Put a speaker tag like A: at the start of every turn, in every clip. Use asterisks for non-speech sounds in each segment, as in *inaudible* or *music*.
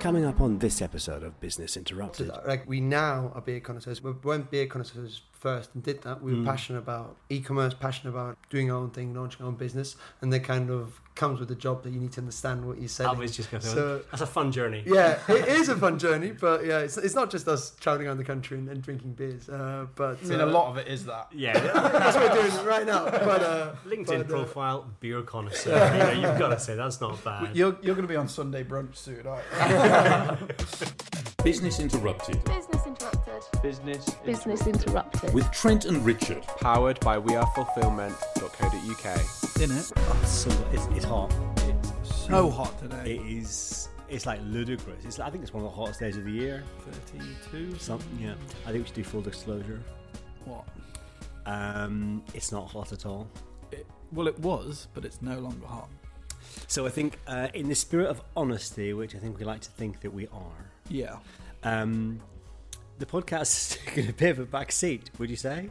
A: Coming up on this episode of Business Interrupted.
B: Like we now are beer connoisseurs. We weren't beer connoisseurs first and did that. We were
C: Mm.
B: passionate about e-commerce, passionate about doing our own thing, launching our own business, and that kind of comes with the job that you need to understand what you're
D: I
B: selling.
D: was just going to
B: So-
D: that's a fun journey.
B: yeah, it is a fun journey, but yeah, it's, it's not just us traveling around the country and, and drinking beers. Uh, but
C: I mean, a
B: uh,
C: lot of it is that.
E: *laughs*
D: Yeah,
B: That's what we're doing right now. But uh, but, uh,
D: LinkedIn profile, beer connoisseur. you know, you've got to say that's not bad.
C: You're, you're going to be on Sunday brunch soon, aren't you?
F: Business Interrupted
G: Business interrupted.
H: Business.
G: Business interrupted.
F: with Trent and Richard.
H: Powered by wearefulfillment.co.uk.
C: In it.
E: Oh, so it's, it's hot. It's
C: So hot today.
E: It is. It's like ludicrous. It's, I think it's one of the hottest days of the year.
C: 32.
E: Something. Yeah. I think we should do full disclosure.
C: What?
E: Um, it's not hot at all.
C: It, well, it was, but it's no longer hot.
E: So I think, uh, in the spirit of honesty, which I think we like to think that we are,
C: Yeah.
E: um, the podcast *laughs* is taking a bit of a back seat. Would you say?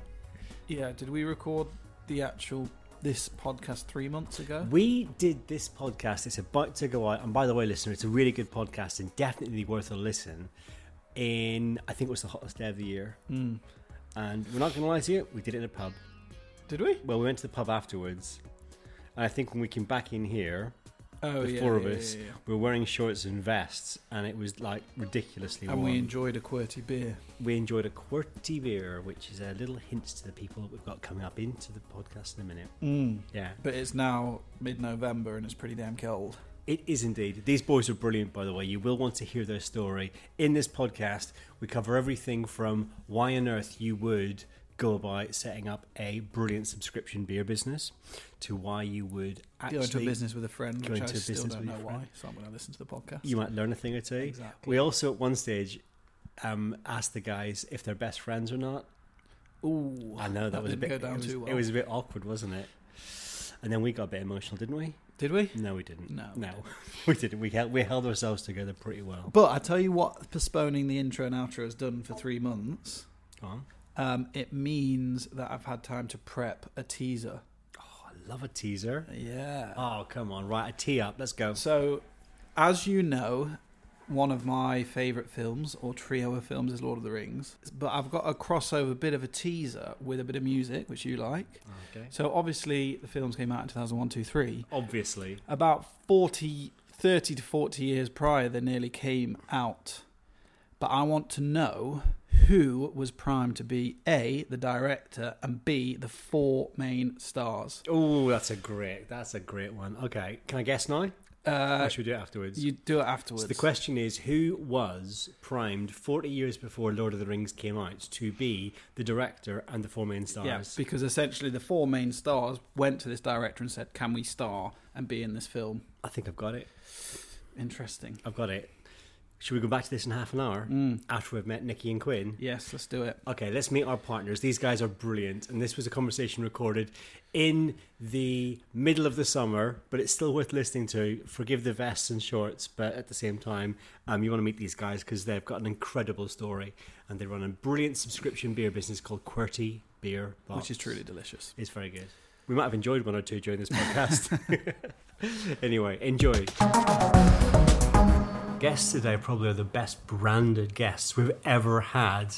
C: Yeah. Did we record the actual this podcast three months ago?
E: We did this podcast. It's about to go out. And by the way, listener, it's a really good podcast and definitely worth a listen. In I think it was the hottest day of the year.
C: Mm.
E: And we're not going to lie to you, we did it in a pub.
C: Did we?
E: Well, we went to the pub afterwards. And I think when we came back in here,
C: Oh,
E: the
C: yeah,
E: four of
C: yeah,
E: us
C: yeah, yeah.
E: we were wearing shorts and vests. And it was like ridiculously
C: And
E: warm.
C: we enjoyed a QWERTY beer.
E: we enjoyed a QWERTY beer, which is a little hint to the people that we've got coming up into the podcast in a minute.
C: Mm.
E: Yeah.
C: But it's now mid November and it's pretty damn cold.
E: It is indeed. These boys are brilliant, by the way. You will want to hear their story. In this podcast, we cover everything from why on earth you would go about setting up a brilliant subscription beer business to why you would actually
C: Going to a business with a friend,
E: going
C: which I
E: to a
C: still
E: business
C: don't
E: with
C: know
E: your friend.
C: why. So I'm going to listen to the podcast.
E: You might learn a thing or two.
C: Exactly.
E: We also, at one stage, um, asked the guys if they're best friends or not.
C: Ooh,
E: I know that, was a
C: didn't
E: bit.
C: go down
E: it, was,
C: too well.
E: it was a bit awkward, wasn't it? And then we got a bit emotional, didn't we?
C: Did we?
E: No, we didn't.
C: No, we
E: no, *laughs* we didn't. We held we held ourselves together pretty well.
C: But I tell you what, postponing the intro and outro has done for three months.
E: Go on.
C: Um, it means that I've had time to prep a teaser.
E: I love a teaser.
C: Yeah.
E: Oh, come on. Right, a tee up. Let's go.
C: So, as you know, one of my favourite films or trio of films is Lord of the Rings. But I've got a crossover bit of a teaser with a bit of music, which you like.
E: Okay.
C: So, obviously, the films came out in 2001, 2, 3.
E: Obviously.
C: about 40 30 to 40 years prior they nearly came out but i want to know who was primed to be a the director and b the four main stars
E: Oh, that's a great. That's a great one. Okay. Can I guess now?
C: uh,
E: or should we do it afterwards?
C: you do it afterwards
E: so the question is, who was primed 40 years before Lord of the Rings came out to be the director and the four main
C: yeah,
E: stars?
C: because essentially the four main stars went to this director and said can we star and be in this film
E: I think I've got it.
C: interesting
E: I've got it. Should we go back to this in half an hour
C: Mm.
E: after we've met Nikki and Quinn?
C: yes let's do it
E: Okay, let's meet our partners. These guys are brilliant. And this was a conversation recorded in the middle of the summer, but it's still worth listening to. Forgive the vests and shorts, but at the same time, um, you want to meet these guys because they've got an incredible story and they run a brilliant subscription beer business called QWERTY Beer Box.
C: which is truly delicious
E: It's very good. We might have enjoyed one or two during
D: *laughs*
E: this podcast. anyway, enjoy. Guests today probably are the best branded guests we've ever had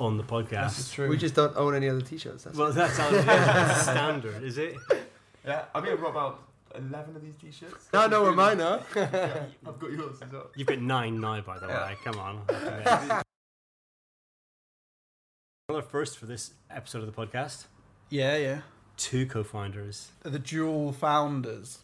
E: on the podcast.
C: true
B: we just don't own any other T-shirts. That's
D: Well, that's how it's standard, is it?
I: Yeah, I mean, I've got about 11 of these t shirts.
B: no, no, we're mine now.
I: I've got yours as well.
D: You've got nine now, by the
I: Yeah.
D: way. Come on. I have to admit. Another first for this episode of the podcast.
C: yeah yeah
D: Two co-founders.
C: the dual founders.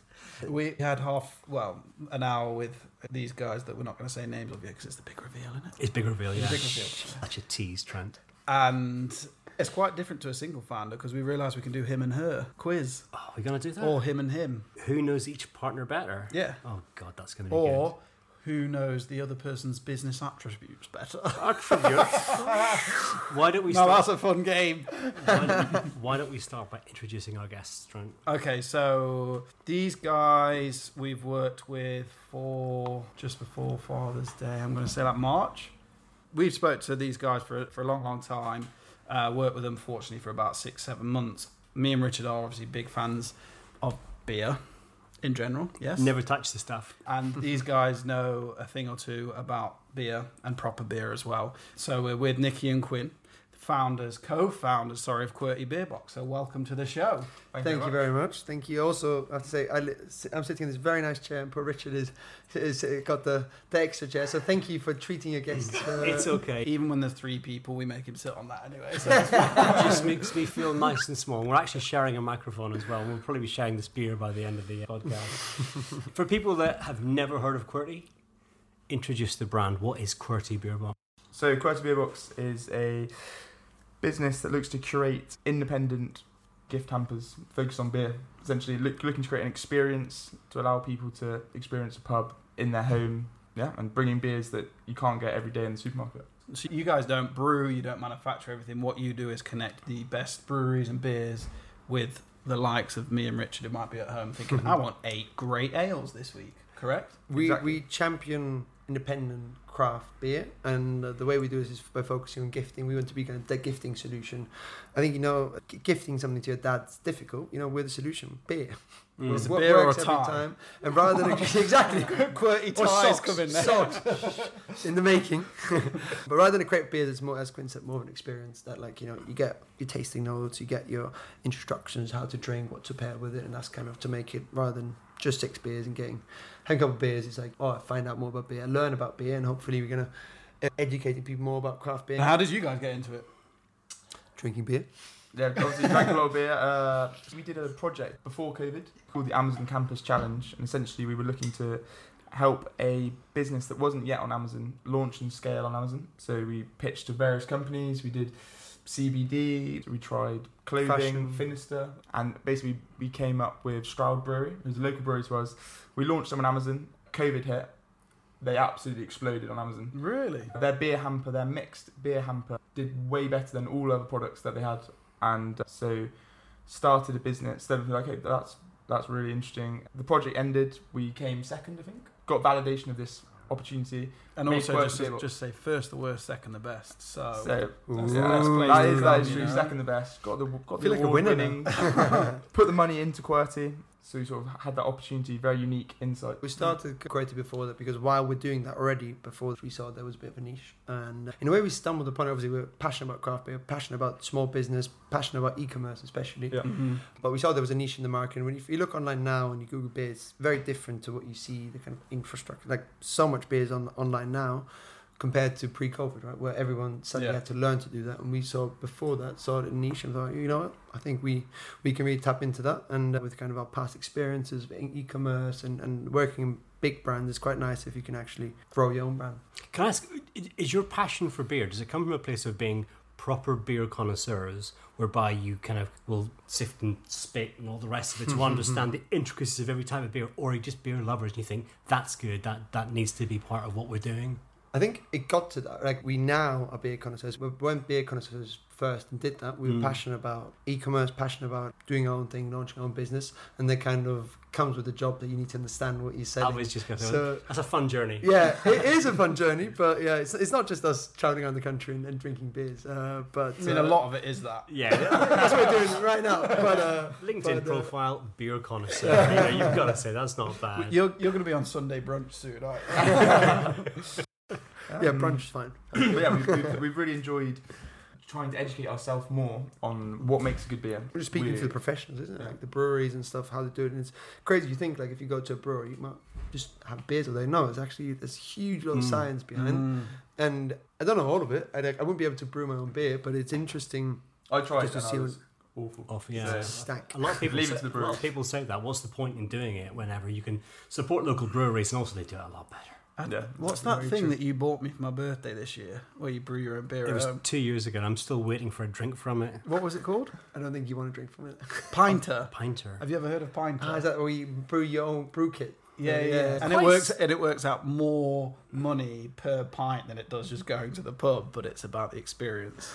C: We had half, well, an hour with these guys that we're not going to say names of because it's the big reveal, isn't it?
D: It's big reveal, yeah.
C: Big reveal.
D: Such a tease, Trent.
C: And it's quite different to a single founder because we realised we can do him and her quiz
D: Oh, we're gonna do
E: Ah.
D: that.
C: or him and him.
D: who knows each partner better?
C: Yeah.
D: Oh God, that's gonna be
C: Or who knows the other person's business attributes better?
D: good.
J: *laughs*
D: Attributes. why don't we
C: *laughs* no,
D: start?
C: that's a fun game.
D: why, don't, why don't we start by introducing our guests, Trent?
C: Okay, so these guys we've worked with for just before Father's Day. I'm going to say like March. We've spoke to these guys for for a long, long time. Uh, worked with them fortunately for about six, seven months. Me and Richard are obviously big fans of beer, in general, yes.
J: Never touch the stuff.
C: And these guys know a thing or two about beer and proper beer as well. So we're with Nikki and Quinn, founders, co-founders, sorry, of QWERTY Beer Box. So welcome to the show.
B: Thank you very much. Thank you. Also, I have to say, I, li- I'm sitting in this very nice chair, and poor Richard is, is got the, the extra chair. So thank you for treating your guests. Uh,
J: It's okay.
C: Even when there's three people, we make him sit on that anyway. So it's
J: It *laughs* just makes me feel nice and small. We're actually sharing a microphone as well. We'll probably be sharing this beer by the end of the podcast.
C: *laughs*
J: For people that have never heard of QWERTY, introduce the brand. What is QWERTY Beer Box?
K: So, Quality Beer Box is a business that looks to curate independent gift hampers focused on beer. Essentially, look, looking to create an experience to allow people to experience a pub in their home, yeah, and bringing beers that you can't get every day in the supermarket.
C: *laughs* So you guys don't brew, you don't manufacture everything. What you do is connect the best breweries and beers with the likes of me and Richard, who might be at home *laughs* thinking, "I want eight great ales this week." Correct?
B: we
K: Exactly.
B: we champion independent craft beer, and uh, the way we do this is by focusing on gifting. We want to be kind of the gifting solution. I think you know, g- gifting something to your dad's difficult. You know, we're the solution. Beer.
J: Mm.
B: *laughs* What-
C: It's a
B: what
C: beer or
B: works
C: a
B: every
C: tie.
B: And rather
C: *laughs*
B: than exactly QWERTY
C: Or
B: ties
C: socks coming next. *laughs*
B: socks in the making, *laughs* but rather than a create beer, that's more as Quinn said, more of an experience that like you know you get your tasting notes, you get your instructions how to drink, what to pair with it, and that's kind of to make it rather than just six beers and getting having a couple of beers. It's like oh, I find out more about beer, I learn about beer, and hopefully we're gonna uh, educating people more about craft beer,
K: Uh-huh.
C: How did you guys get into it?
B: drinking beer.
K: Yeah, obviously drank a lot of beer. Uh, we did a project before COVID called the Amazon Campus Challenge, and essentially we were looking to help a business that wasn't yet on Amazon launch and scale on Amazon. So we pitched to various companies. We did CBD. We tried clothing,
B: Fashion.
K: Finister, and basically we came up with Stroud Brewery, who's a local brewery to us. We launched them on Amazon. COVID hit. They absolutely exploded on Amazon.
C: Really?
K: Their beer hamper, their mixed beer hamper, did way better than all other products that they had, and uh, so started a business. Then we were like, okay, that's that's really interesting. The project ended. We came second, I think. Got validation of this opportunity.
C: And
K: Me
C: also,
K: first
C: just,
K: beer.
C: just say first the worst, second the best.
B: Oh,
C: So,
K: so
C: That's
K: yeah,
C: the best place
K: that
C: to
K: is that
C: come,
K: is
C: you
K: true.
C: know?
K: Second the best. Got the got the
B: Feel like a
K: award
B: winner
K: winning. *laughs* Put the money into QWERTY. So we sort of had that opportunity. Very unique insight.
B: *laughs* We
K: *laughs*
B: started Quota before that because while we're doing that already, before we saw there was a bit of a niche. And uh, in a way, we stumbled upon it. Obviously, we are passionate about craft beer, passionate about small business, passionate about e commerce, especially.
K: Yeah.
C: *laughs* Mhm.
B: But we saw there was a niche in the market. And when you, if you look online now and you Google beer, it's very different to what you see the kind of infrastructure. Like so much beer is on, online now compared to pre COVID, right? Where everyone suddenly
C: Yeah.
B: had to learn to do that. And we saw before that, saw it in niche and thought, you know what? I think we, we can really tap into that. And uh, with kind of our past experiences in e commerce and, and working in big brands, it's quite nice if you can actually grow your own brand.
E: Can I ask, i- is your passion for beer, does it come from a place of being proper beer connoisseurs, whereby you kind of will sift and spit and all the rest of it
B: Mm-hmm,
E: to understand the intricacies of every type of beer, or are you just beer lovers and you think, that's good, that, that needs to be part of what we're doing?
B: I think it got to that. Like we now are beer connoisseurs. We weren't beer connoisseurs first and did that. We were
E: Mm.
B: passionate about e-commerce, passionate about doing our own thing, launching our own business, and that kind of comes with the job that you need to understand what you're
E: I
B: selling.
E: was just going to
B: so
E: that's a fun journey.
B: *laughs* yeah, it is a fun journey, but yeah, it's, it's not just us traveling around the country and, and drinking beers. Uh, but
C: I mean,
B: uh,
C: a lot of it is that.
E: Yeah.
B: *laughs* That's what we're doing right now. But uh,
E: *laughs* LinkedIn
B: But, uh,
E: profile, beer connoisseur. you
B: *laughs*
E: know, you've got to say that's not bad.
C: You're, you're going to be on Sunday brunch soon, aren't you?
B: yeah, brunch is fine.
K: but yeah, we've, we've, we've really enjoyed trying to educate ourselves more on what makes a good beer.
B: We're just speaking
K: We're-
B: to the professionals, isn't it? Like the breweries and stuff, how they do it. And it's crazy. You think like if you go to a brewery, you might just have beers all day. No, it's actually there's huge lot of
E: Mm.
B: science behind. And I don't know all of it. I, like, I wouldn't be able to brew my own beer, but it's interesting
K: I tried
B: just to
K: and I
B: see
K: was
B: what
K: awful.
E: Off,
K: Yeah.
E: yeah.
B: stack.
E: A lot of people
K: Leave it
E: say, a
K: to the
E: lot
K: brewers.
E: of people say that. What's the point in doing it whenever you can support local breweries and also they do it a lot better.
K: Yeah.
C: What's that
B: Very
C: thing
B: true.
C: that you bought me for my birthday this year, where you brew your own beer um,
E: It
C: at
E: was
C: home?
E: two years ago and I'm still waiting for a drink from it.
C: What was it called?
B: I don't think you want to drink from it.
C: Pinter.
E: Pinter.
C: Have you ever heard of Pinter?
B: Ah, is that where you brew your own brew kit?
C: Yeah, yeah,
B: Yeah.
C: and it works. And it works out more money per pint than it does just going to the pub. But it's about the experience.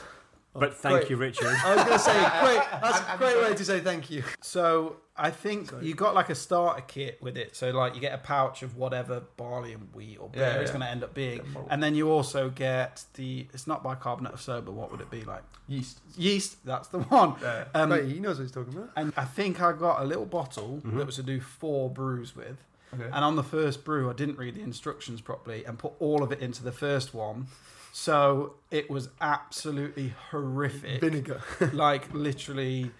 E: But thank
B: great.
E: you, Richard. *laughs*
B: I was going to say, great. That's
K: I'm-
B: a
K: I'm
B: great
K: sorry.
B: way to say thank you.
C: So I think you got like a starter kit with it. So like you get a pouch of whatever barley and wheat or beer
K: Yeah,
C: it's
K: yeah.
C: going to end up being,
K: Yeah, malt.
C: and then you also get the it's not bicarbonate of soda. What would it be like?
K: Yeast.
C: Yeast. That's the *laughs* one.
K: Yeah.
C: Um,
B: Mate, he knows what he's talking about.
C: and I think I got a little bottle
E: Mm-hmm.
C: that was to do four brews with.
K: Okay.
C: And on the first brew, I didn't read the instructions properly and put all of it into the first one. So it was absolutely horrific.
B: Vinegar.
C: *laughs* like literally,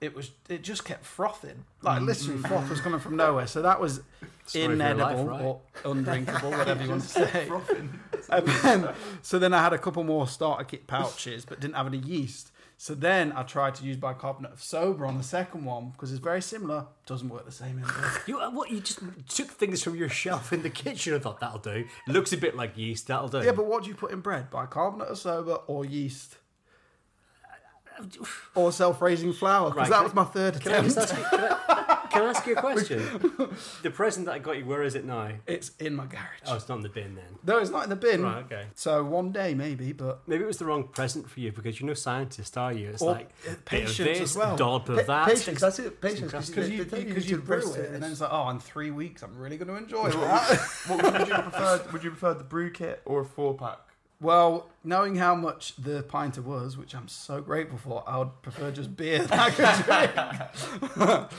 C: it was. It just kept frothing. Like literally, froth was coming from nowhere. So that was
E: Mm. Story of your life,
C: inedible
E: right?
C: or undrinkable, whatever you
E: *laughs*
C: want to say.
K: *laughs* Frothing.
C: And then, so then I had a couple more starter kit pouches, but didn't have any yeast. So then I tried to use bicarbonate of soda on the second one because it's very similar. Doesn't work the same. Either.
E: You uh, what? You just took things from your shelf in the kitchen and thought that'll do. Looks a bit like yeast. That'll do.
C: yeah, but what do you put in bread? Bicarbonate of soda or yeast? Or self-raising flour?
E: Right,
C: Because that
E: can-
C: was my third
E: can I
C: attempt. *laughs*
E: just ask you? Can I, can I ask you a question? the present that I got you, where is it now?
C: It's in my garage.
E: Oh, it's not in the bin then.
C: No, it's not in the bin.
E: Right. Okay.
C: So one day maybe, but
E: Maybe it was the wrong present for you because you're no scientist, are you? It's
C: Or
E: like
C: uh, patience
E: bit of this,
C: as well.
E: dollop of
B: Pa-
E: that.
B: patience. That's it. Patience.
C: because you,
B: they take
C: because
B: to
C: you
B: the
C: brew
B: breast
C: it, and then it's like, oh, in three weeks, I'm really going to enjoy
K: Wait,
C: that.
K: what, what would, you prefer? Would you prefer the brew kit or a four pack?
C: Well, knowing how much the pinter was, which I'm so grateful for, I would prefer just beer than I could drink.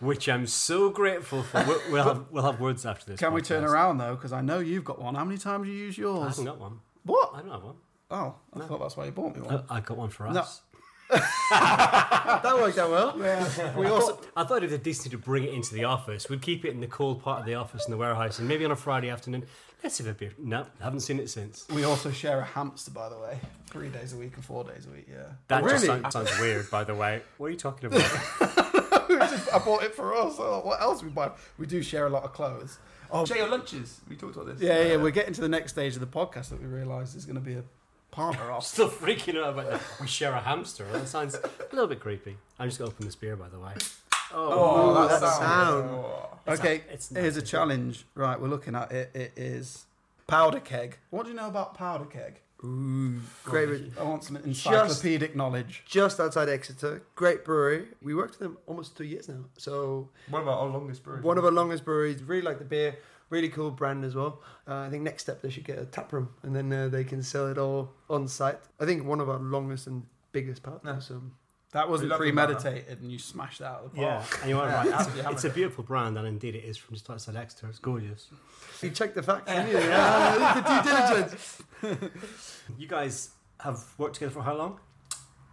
E: Which I'm so grateful for. We'll, we'll, have, we'll have words after this.
C: Can we turn
E: podcast.
C: around though? Because I know you've got one. How many times do you use
E: I
C: yours?
E: haven't got one.
C: What?
E: I don't have one.
C: Oh, I thought that's why you bought me one.
E: No, Uh, I got one for
C: No.
E: us.
B: That worked out well.
E: We also, I thought it'd be decent to bring it into the office. We'd keep it in the cold part of the office in the warehouse, and maybe on a Friday afternoon, let's have a beer. No, haven't seen it since.
C: We also share a hamster, by the way, three days a week and four days a week. Yeah,
E: That just
B: Really?
E: sounds, sounds weird, by the way. What are you talking about?
C: *laughs* I bought it for us. Oh, what else we buy? We do share a lot of clothes. Oh,
K: Jay, your lunches. We talked about this.
C: yeah, yeah. We're getting to the next stage of the podcast that we realise there's going to be a partner
E: I'm
C: off.
E: still freaking out about that. We share a hamster. That sounds a little bit creepy. I'm just gonna open this beer, by the way.
K: Oh,
B: Ooh, that
K: that, sound.
B: sound.
K: Oh.
C: Okay,
E: not- it's
C: here's a
E: not-
C: challenge. Right, we're looking at it. It is powder keg. What do you know about powder keg?
B: Ooh, great. re-
C: I want some encyclopedic knowledge.
B: Just outside Exeter, great brewery. We worked with them almost two years now. So
K: One of our longest breweries.
B: one of our longest breweries. Really like the beer. Really cool brand as well. Uh, I think next step they should get a tap room and then uh, they can sell it all on site. I think one of our longest and biggest partners. Um,
C: That wasn't
K: love the banana.
C: premeditated, and you smashed that out of the
E: Yeah,
C: park.
E: and you are right. It's,
C: Yeah,
E: it's a beautiful brand, and indeed it is from just outside Exeter. It's gorgeous.
B: you checked the facts, didn't you? Yeah, the due diligence.
E: You guys have worked together for how long?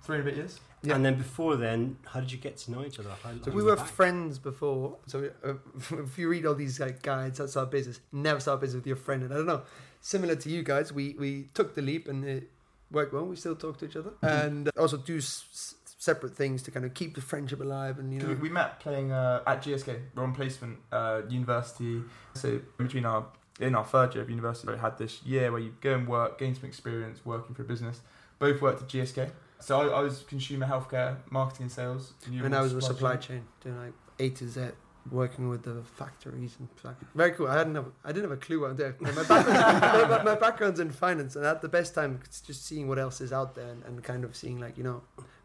K: Three and a bit years.
B: Yeah.
E: And then before then, how did you get to know each other? How,
B: So we were friends before. So uh, *laughs* if you read all these like guides, that's our business. Never start business with your friend. And I don't know. Similar to you guys, we we took the leap and it worked well. We still talk to each other and also do s- s- separate things to kind of keep the friendship alive. And you know,
K: We, we met playing uh, at GSK. We're on placement, uh, university. So in between our in our third year of university, we had this year where you go and work, gain some experience working for a business. Both worked at GSK. So I, I was consumer healthcare, marketing and sales. you
B: and I was with supply chain, doing like A to Z, working with the factories and stuff. very cool. I hadn't, have, I didn't have a clue what I'm doing. My background, *laughs* my, my background's in finance, and at the best time, it's just seeing what else is out there and, and kind of seeing like you know,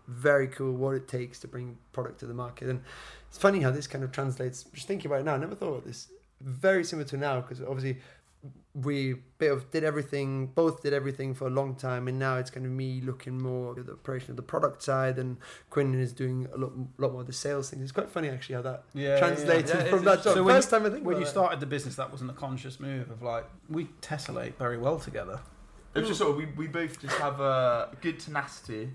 B: very cool what it takes to bring product to the market. And it's funny how this kind of translates. Just thinking about it now, I never thought about this. Very similar to now because obviously we bit of did everything both did everything for a long time and now it's kind of me looking more at the operation of the product side and Quinn is doing a lot, lot more of the sales things. It's quite funny actually how that
C: Yeah,
B: translated
K: yeah, yeah, it's
B: from that
K: interesting.
B: job.
C: So when
B: First time I think
C: When
B: about
C: you
B: that.
C: started the business, that wasn't a conscious move of like we tessellate very well together.
K: It was just sort of we, we both just have a good tenacity,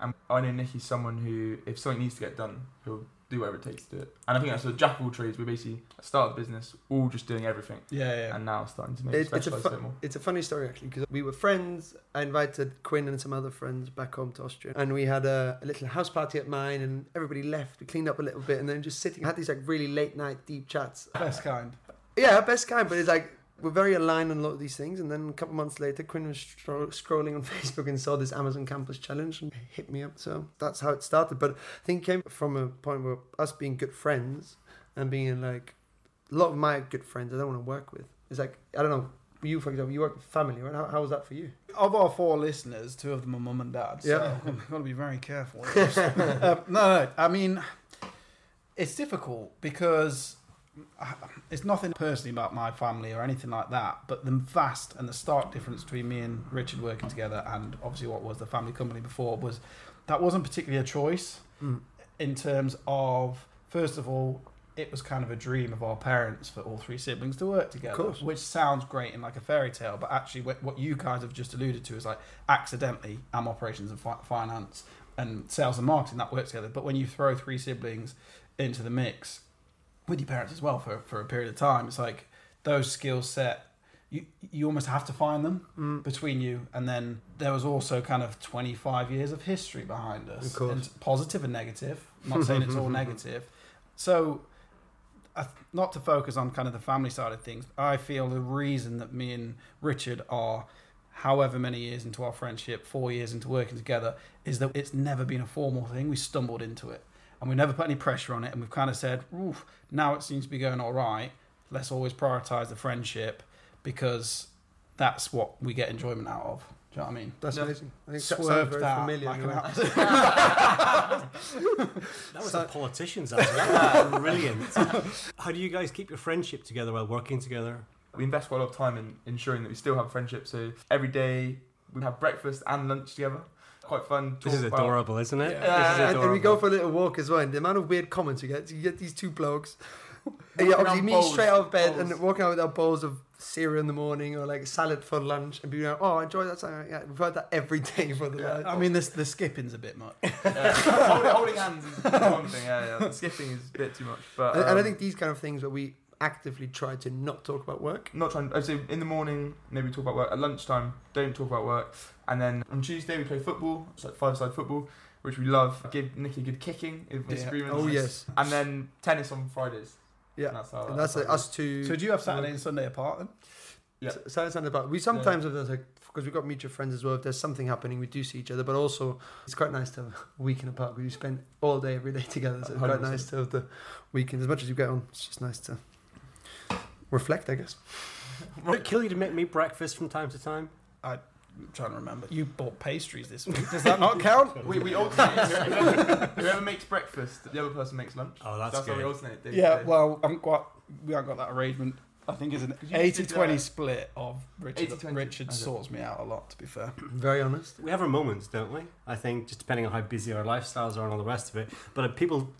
K: and I know Nicky's someone who if something needs to get done, he'll do whatever it takes to do it. And I think that's the jack of all trades. We basically started the business all just doing everything,
C: Yeah, yeah.
K: and now starting to
B: It-
K: maybe
B: it's a
K: specialize a,
B: fu-
K: bit more.
B: It's a funny story actually because we were friends. I invited Quinn and some other friends back home to Austria, and we had a, a little house party at mine, and everybody left. We cleaned up a little bit, and then just sitting had these like really late night deep chats.
C: Best kind.
B: Yeah, best kind, but it's like we're very aligned on a lot of these things. And then a couple months later, Quinn was stro- scrolling on *laughs* Facebook and saw this Amazon Campus Challenge and hit me up. So that's how it started. But I think it came from a point where us being good friends and being like a lot of my good friends I don't want to work with. It's like I don't know. you, for example, you work with family, right? How, how was that for you?
C: Of our four listeners, two of them are mum and dad. So *laughs*
B: Yeah.
C: I've got to be very careful. with this. um, no, no, I mean, it's difficult because I- it's nothing personally about my family or anything like that, but the vast and the stark difference between me and Richard working together and obviously what was the family company before was that wasn't particularly a choice
B: Mm.
C: in terms of, first of all, it was kind of a dream of our parents for all three siblings to work together,
B: course.
C: which sounds great in like a fairy tale, but actually, what what you guys have just alluded to is like accidentally, am operations and fi- finance and sales and marketing that work together. But when you throw three siblings into the mix with your parents as well for, for a period of time, it's like those skill set. You, you almost have to find them
B: Mm.
C: between you and then there was also kind of 25 years of history behind us
B: Of course.
C: and positive and negative I'm not saying it's all negative so I th- not to focus on kind of the family side of things i feel the reason that me and richard are however many years into our friendship four years into working together is that it's never been a formal thing we stumbled into it and we never put any pressure on it and we've kind of said Oof, now it seems to be going all right let's always prioritize the friendship because that's what we get enjoyment out of. Do you know what I mean?
B: That's
K: Yeah.
B: amazing. I think that sounds
C: Swerved
B: very
C: that
B: familiar.
C: like *laughs*
B: you know.
C: an-
E: That was the politicians answer. That was *laughs*
B: *laughs*
E: brilliant. How do you guys keep your friendship together while working together?
K: We invest quite a lot of time in ensuring that we still have friendship. So every day we have breakfast and lunch together. Quite fun.
E: This is
K: talk about-
E: adorable, isn't it?
K: Yeah.
E: This is
B: Uh, and, and we go
E: adorable.
B: for a little walk as well. And the amount of weird comments you get, you get these two
C: *laughs*
B: blokes. And yeah,
K: Walking
B: obviously,
K: around
B: me
K: bowls,
B: straight out of bed
K: bowls.
B: and walking out with our bowls of cereal in the morning or like salad for lunch and being like, oh, I enjoy that. Something. Yeah, we've heard that every day for the last.
C: I mean, this the skipping's a bit much.
K: Yeah. holding, holding hands is one thing. Yeah,
B: *laughs*
K: yeah. Skipping is a bit too much. But
B: and, and I
K: um,
B: think these kind of things where we actively try to not talk about work.
K: not trying. I'd say in the morning, maybe talk about work. At lunchtime, don't talk about work. And then on Tuesday, we play football. It's like five side football, which we love. Give Nikki a good kicking if disagreements.
B: Oh yes,
K: And then tennis on Fridays.
B: Yeah.
K: And that's how.
B: and that's like
K: how it
B: us two.
C: So do you have Saturday and Sunday apart then?
K: Yeah.
B: So, so it's not about. We sometimes, if there's like, because we've got mutual friends as well, if there's something happening, we do see each other, but also it's quite nice to have a weekend apart because you spend all day, every day together. So it's quite
K: 100%.
B: nice to have the weekend. As much as you get on, it's just nice to reflect, I guess.
E: Would it kill you to make me breakfast from time to time?
C: I'm trying to remember. You bought pastries this week.
B: *laughs*
C: Does that not count?
K: is. We, we alternate. whoever, whoever makes breakfast, the other person makes lunch.
E: Oh, that's,
K: that's how we
E: good.
K: alternate. day to
C: yeah.
K: day.
C: Well, I'm quite. We haven't got that arrangement. I think it's an 80-20 split of Richard.
K: 80-20.
C: Richard
K: Okay.
C: sorts me out a lot, to be fair.
B: Very honest.
E: We have our moments, don't we? I think just depending on how busy our lifestyles are and all the rest of it. But if people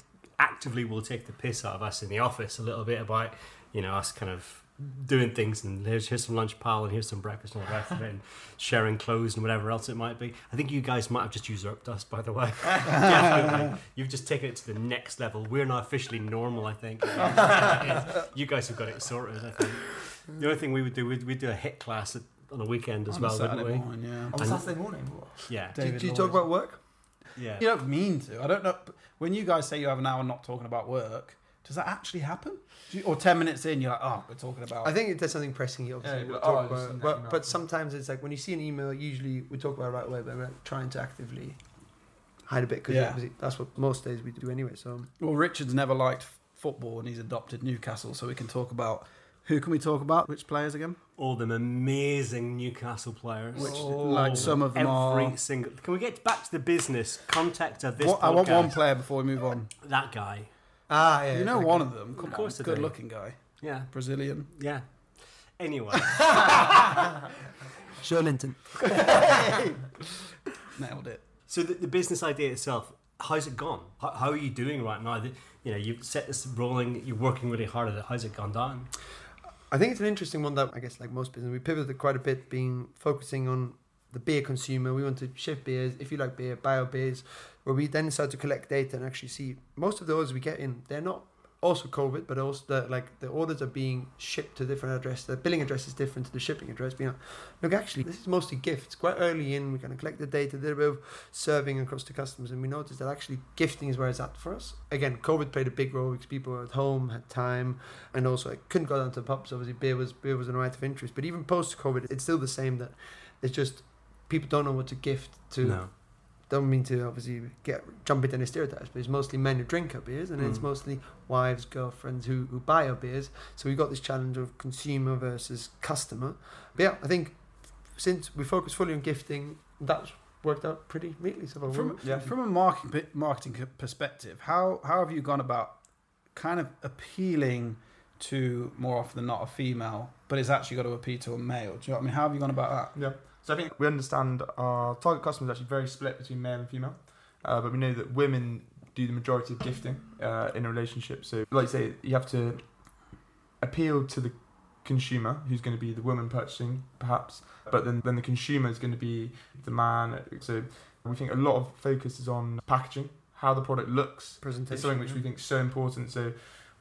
E: actively will take the piss out of us in the office a little bit about, you know, us kind of doing things and here's, here's some lunch pal and here's some breakfast and all the rest of it and sharing clothes and whatever else it might be. I think you guys might have just usurped us, by the way. Definitely. You've just taken it to the next level. We're now officially normal, I think. you guys have got it sorted, I think. The only thing we would do, we'd, we'd do a hit class at, on a weekend as
C: On a
E: well,
C: Saturday
E: wouldn't we?
C: morning, yeah.
K: on
E: and-
K: Saturday morning.
E: Yeah.
B: Do,
C: David
B: do you
C: Lloyd.
B: talk about work?
E: Yeah.
C: You don't mean to. I don't know. When you guys say you have an hour not talking about work, does that actually happen? Do you, or 10 minutes in, you're like, oh, we're talking about.
B: I think if there's something pressing, you
K: Yeah,
B: obviously will
K: you'll be like,
B: talk
K: "Oh, I just
B: about
K: sent
B: it.
K: that
B: But,
K: email."
B: but sometimes it's like when you see an email, usually we talk about it right away, but we're trying to actively hide a bit because
C: Yeah.
B: that's what most days we do anyway. So
C: Well, Richard's never liked f- football and he's adopted Newcastle, so we can talk about who can we talk about? Which players again?
E: all them amazing Newcastle players.
C: Which, like, some of them
E: every
C: are-
E: single. Can we get back to the business contact of this?
C: What- I want
E: podcast?
C: one player before we move on.
E: That guy.
B: ah, yeah,
C: you know
B: okay.
C: one of them. Come
E: Of course
C: on,
E: I do.
C: good looking guy,
E: Yeah,
C: Brazilian.
E: yeah. Anyway, *laughs*
B: Joe Linton.
C: Nailed it.
E: so the, the business idea itself. How's it gone? How, how are you doing right now? That you know you've set this rolling. You're working really hard at it. How's it gone down?
B: I think it's an interesting one that I guess like most business, we pivoted quite a bit, being focusing on the beer consumer. We want to shift beers. If you like beer, buy our beers. Where we then start to collect data and actually see most of the orders we get in, they're not also COVID, but also the, like the orders are being shipped to different address. The billing address is different to the shipping address. Being like, look, actually, this is mostly gifts. Quite early in, we kind of collect the data, a little bit of serving across to customers, and we noticed that actually gifting is where it's at for us. Again, COVID played a big role because people were at home, had time, and also I couldn't go down to pubs. Obviously, beer was beer was an right of interest, but even post COVID, it's still the same. That it's just people don't know what to gift to
E: no,
B: don't mean to obviously get jump into any stereotypes, but it's mostly men who drink our beers, and it's
K: Mm.
B: mostly wives, girlfriends who, who buy our beers. So we've got this challenge of consumer versus customer. But yeah, I think since we focus fully on gifting, that's worked out pretty neatly so far.
C: From,
K: Yeah.
C: from a marketing marketing c- perspective, how how have you gone about kind of appealing to more often than not a female, but it's actually got to appeal to a male? Do you know what I mean? How have you gone about that?
K: Yeah. So I think we understand our target customer is actually very split between male and female, uh, but we know that women do the majority of gifting uh, in a relationship. So, like you say, you have to appeal to the consumer, who's going to be the woman purchasing, perhaps, but then, then the consumer is going to be the man. So we think a lot of focus is on packaging, how the product looks,
B: presentation,
K: it's something which we think is so important. So,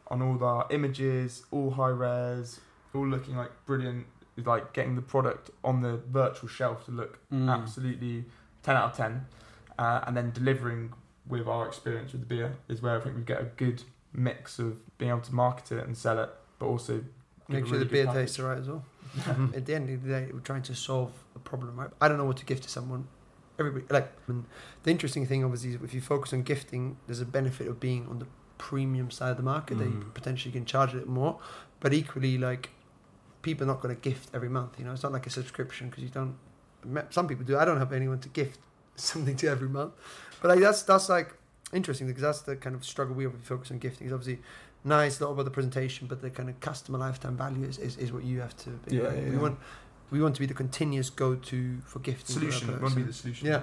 K: on all our images, all high res, all looking like brilliant, like getting the product on the virtual shelf to look
B: Hmm.
K: absolutely 10 out of 10, uh, and then delivering with our experience with the beer is where I think we get a good mix of being able to market it and sell it, but also
B: make
K: give a
B: sure the
K: really
B: beer
K: good Mm-hmm.
B: tastes right as well. At the end of the day, we're trying to solve a problem, right? I don't know what to give to someone. Everybody, like, and the interesting thing, obviously, is if you focus on gifting, there's a benefit of being on the premium side of the market. They
E: Mm.
B: potentially can charge a bit more, but equally, like, people are not going to gift every month. You know, it's not like a subscription because you don't. me- Some people do. I don't have anyone to gift *laughs* something to every month, but like, that's that's like interesting because that's the kind of struggle we have with focus on gifting. Is obviously nice, a lot about the presentation, but the kind of customer lifetime value is, is, is what you have to. Be,
K: Yeah,
B: right?
K: yeah,
B: we
K: yeah.
B: want we want to be the continuous go to for gifting for that
K: Solution, it won't be
B: person.
K: the solution.
B: Yeah.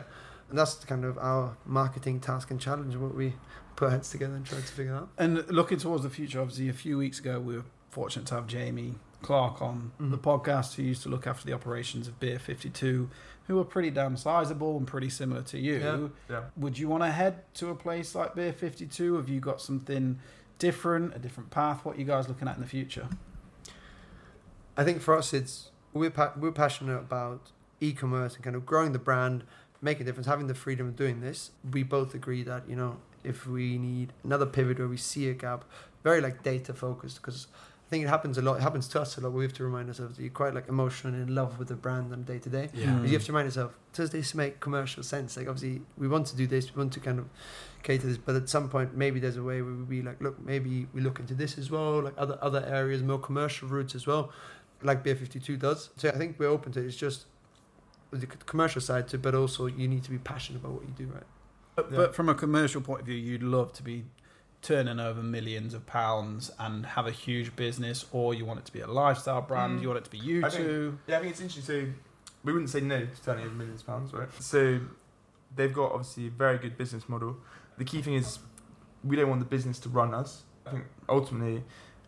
B: And that's the kind of our marketing task and challenge, what we put our heads together and try to figure out.
C: And looking towards the future, obviously, a few weeks ago, we were fortunate to have Jamie Clark on
B: Mhm.
C: the podcast, who used to look after the operations of Beer 52, who are pretty damn sizable and pretty similar to you.
B: Yeah.
K: Yeah.
C: Would you want to head to a place like Beer 52? Have you got something different, a different path? What are you guys looking at in the future?
B: I think for us, it's we're pa- we're passionate about e-commerce and kind of growing the brand, making a difference, having the freedom of doing this. We both agree that you know if we need another pivot where we see a gap, very like data focused because. I think it happens a lot. It happens to us a lot. We have to remind ourselves that you're quite like emotional and in love with the brand on day to day.
E: Yeah.
B: Because you have to remind yourself, does this make commercial sense? Like, obviously, we want to do this, we want to kind of cater this, but at some point, maybe there's a way where we'd be like, look, maybe we look into this as well, like other other areas, more commercial routes as well, like Beer 52 does. So I think we're open to it. It's just the c- commercial side to, but also you need to be passionate about what you do, right?
C: But,
K: Yeah.
C: but from a commercial point of view, you'd love to be turning over millions of pounds and have a huge business, or you want it to be a lifestyle brand,
K: Mm.
C: you want it to be you
K: I think-
C: two.
K: Yeah, I think it's interesting. So we wouldn't say no to turning over millions of pounds, right? So they've got obviously a very good business model. The key thing is we don't want the business to run us. I think ultimately,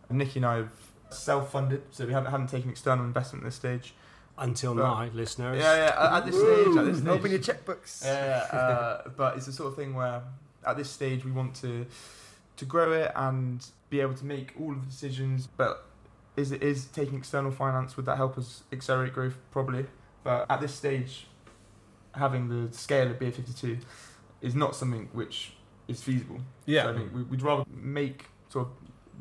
K: Nikki and I have self-funded, so we haven't haven't taken external investment at this stage.
E: Until
K: But-
E: now,
K: Yeah,
E: listeners.
K: yeah. At, at this stage, at this stage,
B: Open your
K: *laughs*
B: checkbooks.
K: yeah, yeah, uh, but it's the sort of thing where at this stage we want to to grow it and be able to make all of the decisions. But is it is taking external finance would that help us accelerate growth? Probably, but at this stage, having the scale of beer fifty two is not something which is feasible. So I think we- we'd rather make sort of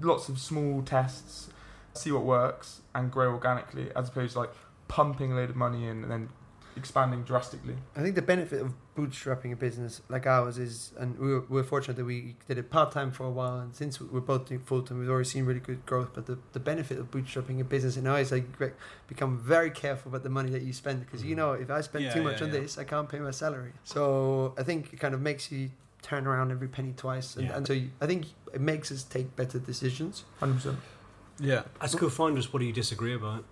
K: lots of small tests, see what works, and grow organically, as opposed to like pumping a load of money in and then expanding drastically.
B: I think the benefit of bootstrapping a business like ours is, and we were, we we're fortunate that we did it part time for a while, and since we're both doing full time, we've already seen really good growth. But the, the benefit of bootstrapping a business in ours, like Greg, become very careful about the money that you spend because you know if I spend
C: Mm-hmm. Yeah,
B: too much
C: yeah,
B: on
C: yeah.
B: this, I can't pay my salary. So I think it kind of makes you turn around every penny twice, and,
E: Yeah.
B: and so you, I think it makes us take better decisions.
K: Hundred percent.
C: Yeah.
E: As co-founders, what do you disagree about?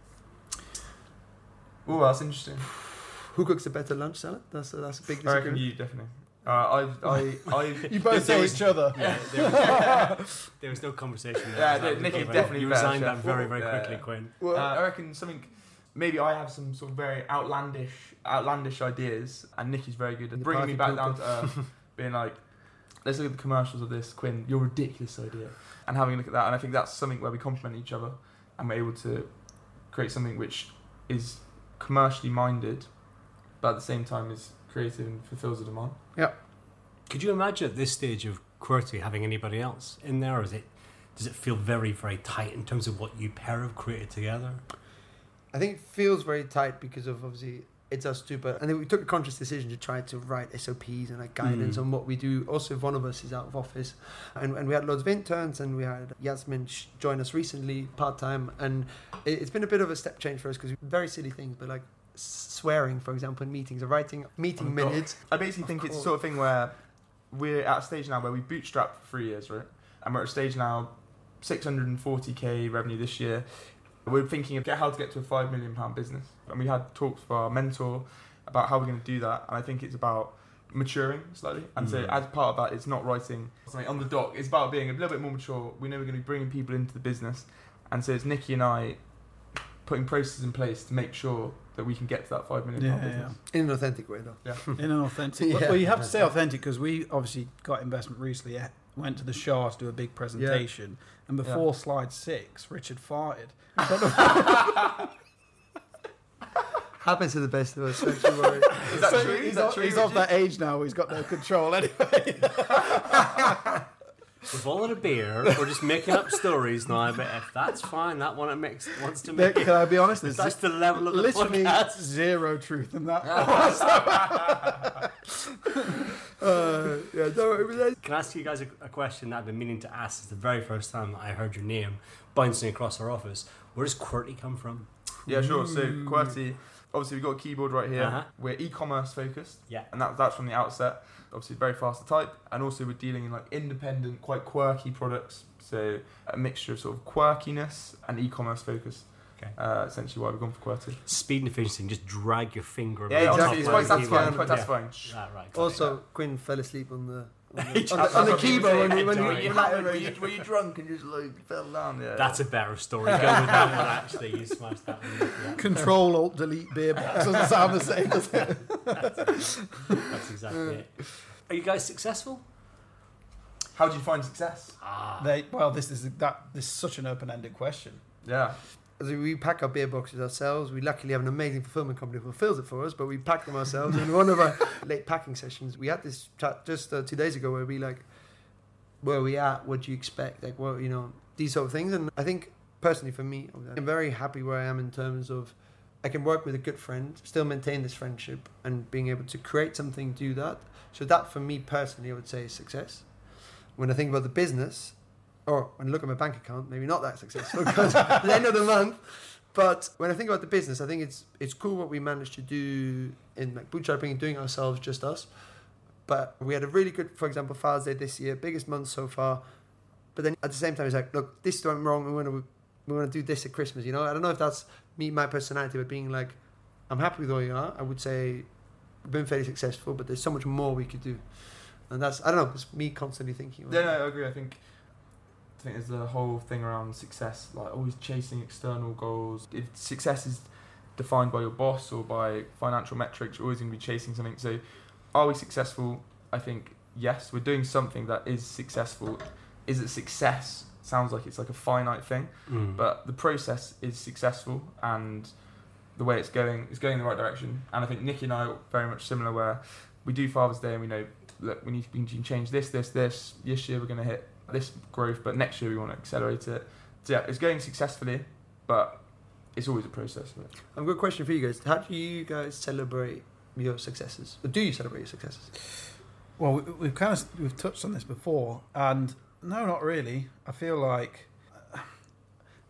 K: Oh, that's interesting.
B: Who cooks a better lunch salad? That's a, that's a big
K: I reckon
B: disagreement.
K: you definitely. Uh,
B: *laughs*
K: I, I, I.
C: You both
K: there
C: say each other.
E: Yeah, there, was, there was no conversation. There.
K: Yeah,
E: It was like,
K: Nicky
E: you
K: definitely
E: You
K: better
E: resigned
K: chef.
E: that very, very
K: Yeah,
E: quickly,
K: yeah.
E: Quinn.
K: Well, I reckon something. Maybe I have some sort of very outlandish, outlandish ideas, and Nicky's very good
B: The
K: at bringing me back
B: party
K: down to earth,
B: *laughs*
K: being like, "Let's look at the commercials of this, Quinn. Your ridiculous idea," and having a look at that. And I think that's something where we complement each other, and we're able to create something which is commercially minded, but at the same time is creative and fulfills the demand.
E: Could you imagine at this stage of QWERTY having anybody else in there, or is it? Does it feel very, very tight in terms of what you pair have created together?
B: I think it feels very tight because of obviously it's us too. But and then we took a conscious decision to try to write SOPs and like guidance
K: Hmm.
B: on what we do. Also, if one of us is out of office, and, and we had loads of interns, and we had Yasmin sh- join us recently part time, and it, it's been a bit of a step change for us because very silly things, but like s- swearing, for example, in meetings or writing meeting
K: Oh my God.
B: minutes.
K: I basically
B: Of
K: think it's the
B: course.
K: sort of thing where we're at a stage now where we bootstrapped for three years, right? And we're at a stage now, 640k revenue this year. We're thinking of get how to get to a five million pound business, and we had talks with our mentor about how we're going to do that. And I think it's about maturing slightly. And so,
L: Mm.
K: as part of that, it's not writing something on the dock. It's about being a little bit more mature. We know we're going to be bringing people into the business, and so it's Nikki and I putting processes in place to make sure that we can get to that five million
C: Yeah,
K: pound
C: yeah.
K: business.
B: in an authentic way though.
C: in an authentic.
B: Yeah.
C: Well, you have to say authentic because we obviously got investment recently. eh, Went to the Shah to do a big presentation, and before slide six, Richard farted. I don't know-
B: Happens to the best of us. Don't you worry.
K: *laughs* Is
B: *laughs*
K: that
C: So
K: true?
C: He's,
K: Is that
C: off,
K: true?
C: he's of
K: Richard?
C: that age now. He's got no control *laughs* anyway.
E: We've all had a beer. We're just making up stories now. But if that's fine, that one it makes wants to
C: Nick,
E: make.
C: Can I be honest? There's
E: That's the level of the
C: literally
E: podcast.
C: zero truth in that. *laughs*
B: Uh, yeah, don't worry. about that.
E: Can I ask you guys a, a question that I've been meaning to ask since the very first time that I heard your name bouncing across our office? Where does QWERTY come from?
K: Yeah, sure. So QWERTY, obviously we've got a keyboard right here.
E: Uh-huh.
K: We're e-commerce focused.
E: Yeah.
K: And that, that's from the outset. Obviously very fast to type. And also we're dealing in like independent, quite quirky products. So a mixture of sort of quirkiness and e-commerce focus.
E: Okay.
K: Uh, essentially why we've gone for QWERTY.
E: Speed and efficiency. and Just drag your finger.
K: Yeah,
E: along the
K: exactly.
E: top of
K: It's quite
E: the
K: satisfying.
E: keyboard.
K: Quite satisfying.
E: Yeah. Right, right. got it.
B: Also, Quinn fell asleep on the
K: *laughs*
B: on
E: He
B: the, on the, on the
K: That's what people
B: keyboard
K: say.
B: when you when you,
K: Were
B: when
K: you,
B: you
K: hammered? were, you, were you drunk and just like fell down? Yeah.
E: that's a better *laughs* story. Go with that one. Actually, you smashed that one. Yeah.
C: Control Alt Delete beer box doesn't sound the same. Does it? *laughs*
E: *laughs* That's exactly it. Are you guys successful?
K: How do you find success?
E: Ah,
C: They, well, this is that. This is such an open-ended question.
K: Yeah.
B: As we pack our beer boxes ourselves. We luckily have an amazing fulfillment company who fulfills it for us, but we pack them ourselves. In one of our late packing sessions, we had this chat just uh, two days ago where we like, where we at? What do you expect? Like, well, you know, these sort of things. And I think personally, for me, I'm very happy where I am in terms of I can work with a good friend, still maintain this friendship, and being able to create something, do that. So that, for me personally, I would say is success. When I think about the business, or when I Oh, look at my bank account, maybe not that successful *laughs* because at the end of the month. But when I think about the business, I think it's it's cool what we managed to do in like bootstrapping and doing ourselves, just us. But we had a really good, for example, Father's Day this year, biggest month so far. But then at the same time, it's like, look, this went wrong. We want to we want to do this at Christmas. You know, I don't know if that's me my personality, but being like, I'm happy with where you are. I would say we've been fairly successful, but there's so much more we could do. And that's I don't know. It's me constantly thinking. about
K: Yeah,
B: it.
K: no, I agree. I think I think there's the whole thing around success, like always chasing external goals. If success is defined by your boss or by financial metrics, you're always going to be chasing something. So, are we successful? I think yes, we're doing something that is successful. Is it success? Sounds like it's like a finite thing,
B: Hmm.
E: Mm.
K: but the process is successful and the way it's going is going in the right direction. And I think Nicky and I are very much similar, where we do Father's Day and we know look, we need to we need to change this, this, this. This year we're going to hit this growth, but next year we want to accelerate it. So yeah, it's going successfully, but it's always a process. Of it.
B: I've got a question for you guys. How do you guys celebrate your successes? Or do you celebrate your successes?
C: Well, we, we've kind of we've touched on this before, and no, not really. I feel like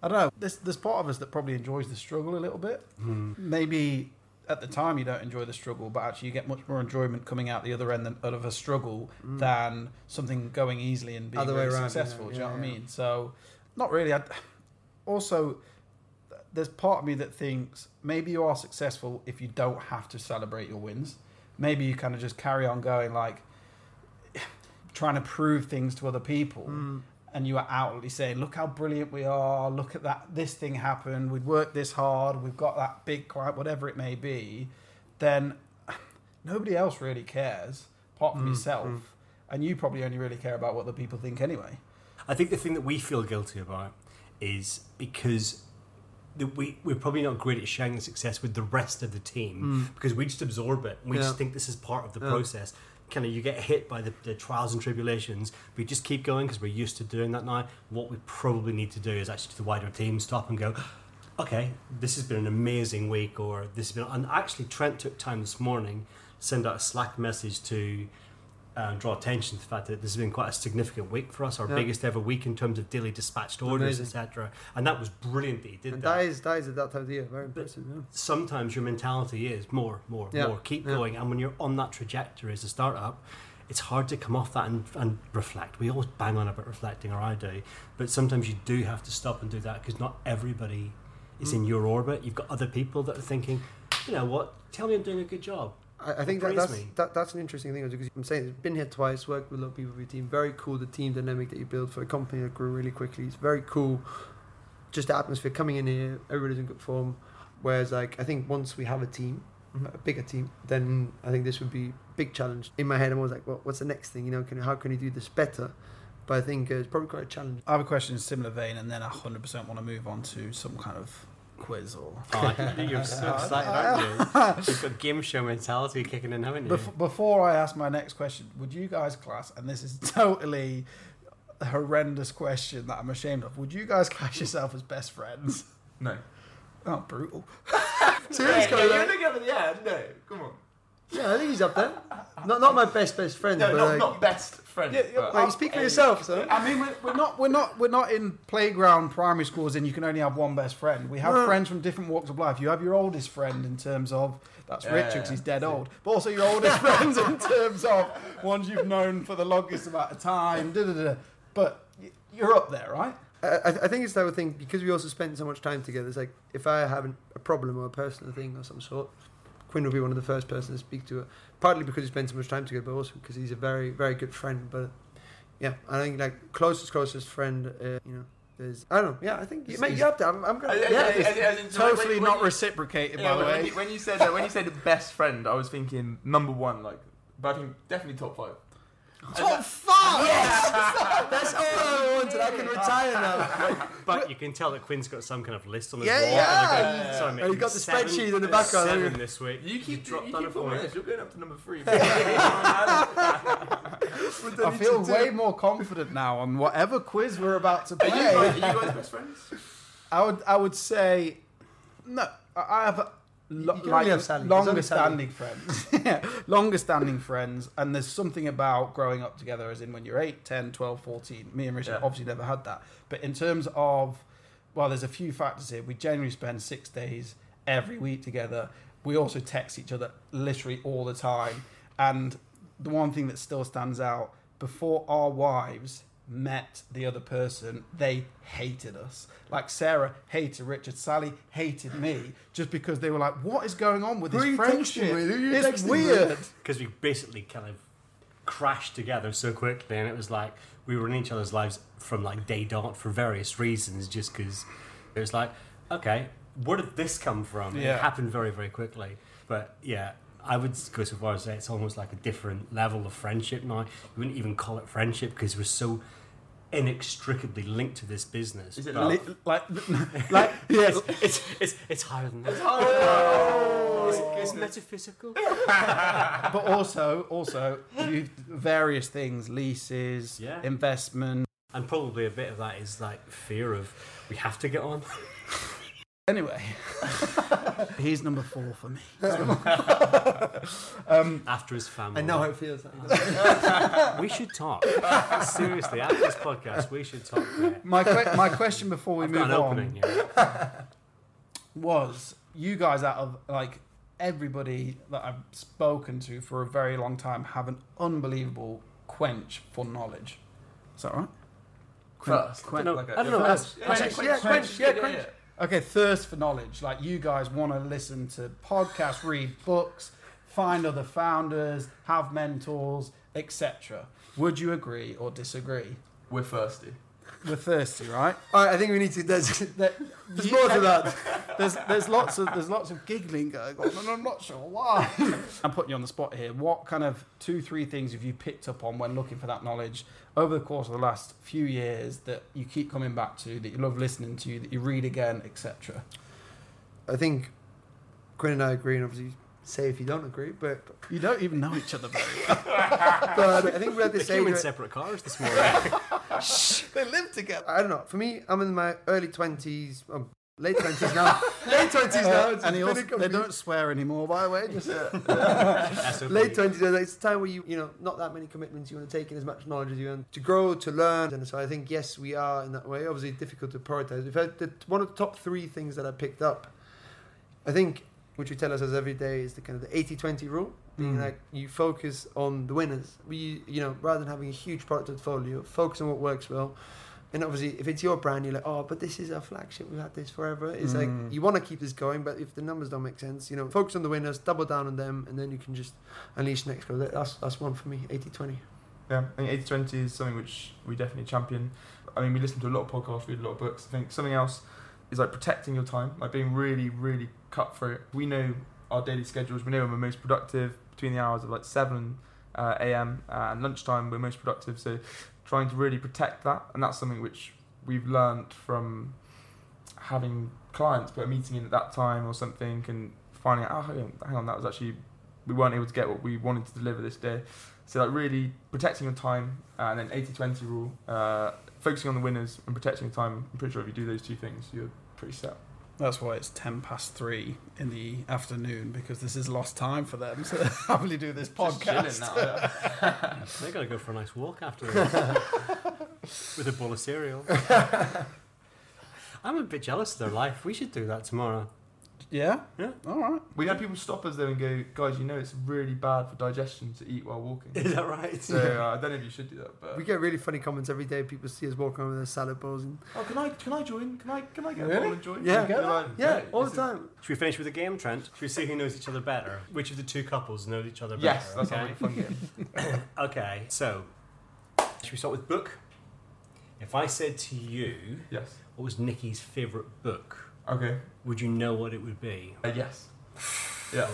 C: I don't know. There's there's part of us that probably enjoys the struggle a little bit.
B: Hmm.
E: Mm.
C: Maybe at the time you don't enjoy the struggle, but actually you get much more enjoyment coming out the other end than, out of a struggle than something going easily and being
B: Hmm. Other way
C: really
B: around, yeah,
C: successful. do you know
B: yeah,
C: what I
B: yeah.
C: mean? So, not really. I, also, there's part of me that thinks maybe you are successful if you don't have to celebrate your wins. Maybe you kind of just carry on going like trying to prove things to other people and you are outwardly saying, "Look how brilliant we are! Look at that! This thing happened. We've worked this hard. We've got that big client, whatever it may be." Then *sighs* nobody else really cares apart from yourself, and you probably only really care about what the people think anyway.
E: I think the thing that we feel guilty about is because the, we, we're probably not great at sharing the success with the rest of the team because we just absorb it. We just
B: Hmm. Yeah.
E: think this is part of the
B: Yeah.
E: process. Kind of, you get hit by the, the trials and tribulations, but you just keep going because we're used to doing that now. What we probably need to do is actually to the wider team stop and go, okay, this has been an amazing week, or this has been. And actually, Trent took time this morning to send out a Slack message to uh, draw attention to the fact that this has been quite a significant week for us, our
B: Yeah.
E: biggest ever week in terms of daily dispatched orders,
B: Amazing.
E: etc. And that was brilliant that he did
B: And
E: that.
B: that is that is at that time of the year. Very impressive. Yeah.
E: Sometimes your mentality is more, more,
B: Yeah.
E: more, keep
B: Yeah.
E: going. And when you're on that trajectory as a startup, it's hard to come off that and, and reflect. We always bang on about reflecting, or I do, but sometimes you do have to stop and do that because not everybody is
B: Mm.
E: in your orbit. You've got other people that are thinking, you know what, tell me I'm doing a good job.
B: I, I think that,
E: Praise
B: that's
E: me.
B: that, that's an interesting thing because I'm saying it's been here twice, worked with a lot of people of your team. Very cool the team dynamic that you build for a company that grew really quickly. It's very cool, just the atmosphere coming in here. Everybody's in good form. Whereas like I think once we have a team, a bigger team, then I think this would be a big challenge. In my head, I'm always like, well, what's the next thing? You know, can how can you do this better? But I think uh, it's probably quite a challenge.
C: I have a question in a similar vein, and then I 100% want to move on to some kind of quiz or.
K: Oh,
E: *laughs* you're so excited, aren't you?
B: *laughs*
E: You've got game show mentality kicking in, haven't you?
C: Bef- before I ask my next question, would you guys class, and this is *laughs* totally a horrendous question that I'm ashamed of, would you guys class yourself as best friends? *laughs*
K: No.
C: Oh, brutal.
B: Serious guy,
K: you're
B: like-
K: looking up at the end. No, come on.
B: yeah, I think he's up there. Not not my best best friend,
K: No,
B: but
K: not,
B: like,
K: not best friend.
C: Yeah, yeah,
K: but-
B: like, speak for yourself, son.
C: I mean, we're, we're not, we're not, we're not in playground primary schools, and you can only have one best friend. We have
B: No.
C: friends from different walks of life. You have your oldest friend in terms of that's
K: Yeah,
C: Richard, 'cause
K: yeah,
C: he's
K: yeah.
C: dead old, but also your oldest *laughs* friends in terms of ones you've known for the longest amount of time. Da, da, da. But y- you're up there, right?
B: I, I I think it's that thing because we also spend so much time together. It's like if I have an, a problem or a personal thing or some sort, Quinn will be one of the first person to speak to. It. Partly because we spend so much time together, but also because he's a very very good friend. But yeah, I think like closest closest friend, uh, you know, is I don't know. Yeah, I think you, mate, you're up there. I'm, I'm gonna
K: I- I-
B: yeah.
K: I-
B: this-
K: I- I- I-
C: Totally
K: when- when
C: not
K: you-
C: reciprocated,
K: Yeah,
C: by the
K: when,
C: way.
K: when you, when you said that, when you said best friend, I was thinking number one, like, but I think definitely top five.
C: Top five.
B: *laughs* That's all I wanted. I can retire now.
E: But you can tell that Quinn's got some kind of list on his
B: Yeah,
E: wall.
B: yeah.
E: And I go, Sorry, mate,
B: And he's got the
E: seven-
B: spreadsheet in the background.
E: Seven this week.
K: You keep
E: dropped
K: dropping
E: down
K: you
E: a
K: keep on
E: point.
K: this. You're going up to number *laughs* three. I
C: I feel way more confident now on whatever quiz we're about to
K: Are
C: play.
K: you, guys, are you guys best friends?
C: I would I would say no. I I have lo-
B: You can
C: like
B: only have Sally. There's
C: longer
B: only Sally.
C: standing friends. *laughs* yeah, longer standing friends. And there's something about growing up together, as in when you're 8, 10, 12, 14. Me and Richard
K: Yeah.
C: obviously never had that. But in terms of, well, there's a few factors here. We generally spend six days every week together. We also text each other literally all the time. And the one thing that still stands out before our wives met the other person, they hated us. Like Sarah hated Richard, Sally hated me, just because they were like, "What is going on with
B: Who
C: this
B: are you
C: friendship?
B: texting with? Who are you
C: it's
B: texting
C: weird."
E: because we basically kind of crashed together so quickly, and it was like we were in each other's lives from like day dot for various reasons, just because it was like, okay, where did this come from?
C: Yeah.
E: It happened very, very quickly. But yeah, I would go so far as to say it's almost like a different level of friendship now. You wouldn't even call it friendship because we're so inextricably linked to this business.
K: Is it
E: But-
K: love?
C: Li- like, like, *laughs* yes.
E: It's, it's, it's, it's higher than that. It's, it's metaphysical.
C: But also, also, you various things, leases,
E: Yeah.
C: investment.
E: And probably a bit of that is like fear of we have to get on. *laughs*
C: Anyway, he's number four for me.
E: after his family.
B: I know how it feels.
E: *laughs*
B: Like.
E: We should talk. Seriously, after this podcast, we should talk. Mate.
C: My que- my question before we
E: I've
C: move
E: got an
C: on.
E: opening here.
C: was you guys out of like everybody that I've spoken to for a very long time have an unbelievable quench for knowledge. Is that right?
K: First.
C: Quen-
E: No,
K: Like a-
E: I don't know.
K: yeah,
E: that's-
K: yeah,
C: Quench,
K: yeah, quench, yeah, quench.
C: Okay, thirst for knowledge. Like you guys want to listen to podcasts, read books, find other founders, have mentors, etc. Would you agree or disagree?
K: We're thirsty.
C: We're thirsty, right?
B: all right, I think we need to. There's,
C: That-
B: there's more to that.
C: there's there's lots of there's lots of giggling going on, and I'm not sure why. *laughs* I'm putting you on the spot here. What kind of two three things have you picked up on when looking for that knowledge over the course of the last few years that you keep coming back to, that you love listening to, that you read again, etc.
B: I think Quinn and I agree, and obviously say if you don't agree, but
C: You don't even know each other. Very
B: but I think we're at
E: They
B: this
E: came
B: age.
E: in
B: where-
E: separate cars this
K: *laughs*
E: morning.
C: they live together.
B: I don't know. For me, I'm in my early 20s. I'm um, Late twenties now. *laughs* Late twenties now. It's been
C: and he
B: a
C: also, they
B: confusion.
C: don't swear anymore, by the way. Just
E: SOP.
B: Late twenties, it's a time where you you know not that many commitments you want to take in as much knowledge as you want to grow to learn. And so I think yes, we are in that way. Obviously, difficult to prioritize. If I did one of the top three things that I picked up, I think which we tell ourselves every day is the kind of the 80-20 rule. Being
C: Mm.
B: like you focus on the winners. We you know rather than having a huge product portfolio, focus on what works well. And obviously, if it's your brand, you're like, oh, but this is our flagship. We've had this forever. It's
C: Mm.
B: like you want to keep this going, but if the numbers don't make sense, you know, focus on the winners, double down on them, and then you can just unleash next goal. That- That's that's one for me. 80-20.
K: Yeah, Um, I think 80 20 is something which we definitely champion. I mean, we listen to a lot of podcasts, read a lot of books. I think something else is like protecting your time, like being really, really cutthroat. We know our daily schedules, we know when we're most productive between the hours of like 7 uh, a.m. Uh, and lunchtime, we're most productive. So, trying to really protect that, and that's something which we've learned from having clients put a meeting in at that time or something and finding out, oh, hang on, hang on, that was actually, we weren't able to get what we wanted to deliver this day. So like really protecting your time uh, and then 80-20 rule, uh, focusing on the winners and protecting your time. I'm pretty sure if you do those two things, you're pretty set.
C: That's why it's ten past three in the afternoon because this is lost time for them. So they *laughs* happily do this podcast.
E: *laughs* They're going to go for a nice walk after this
K: *laughs*
E: with a bowl of cereal. I'm a bit jealous of their life. We should do that tomorrow.
C: Yeah.
E: Yeah.
C: All right.
K: we had people stop us though and go, guys, you know it's really bad for digestion to eat
B: *laughs*
K: while walking.
E: Is that right?
K: so uh, I don't know if you should do that, but
B: We get really funny comments every day. People see us walking around with their salad bowls and
K: oh, can I can I join? Can I can I get a
C: Really?
K: bowl and join?
B: Yeah.
K: And you're like,
B: yeah,
K: "No,
B: all
K: this
B: the
K: is-
B: time.
E: Should we finish with a game, Trent? Should we see who knows each other better? Which of the two couples knows each other better?
K: *laughs* Yes, that's
E: okay.
K: a really fun
B: *laughs*
K: game.
E: Okay, so should we start with book? If I said to you,
K: yes.
E: what was Nikki's favourite book,
K: Okay.
E: would you know what it would be?
K: Uh, yes. Yeah.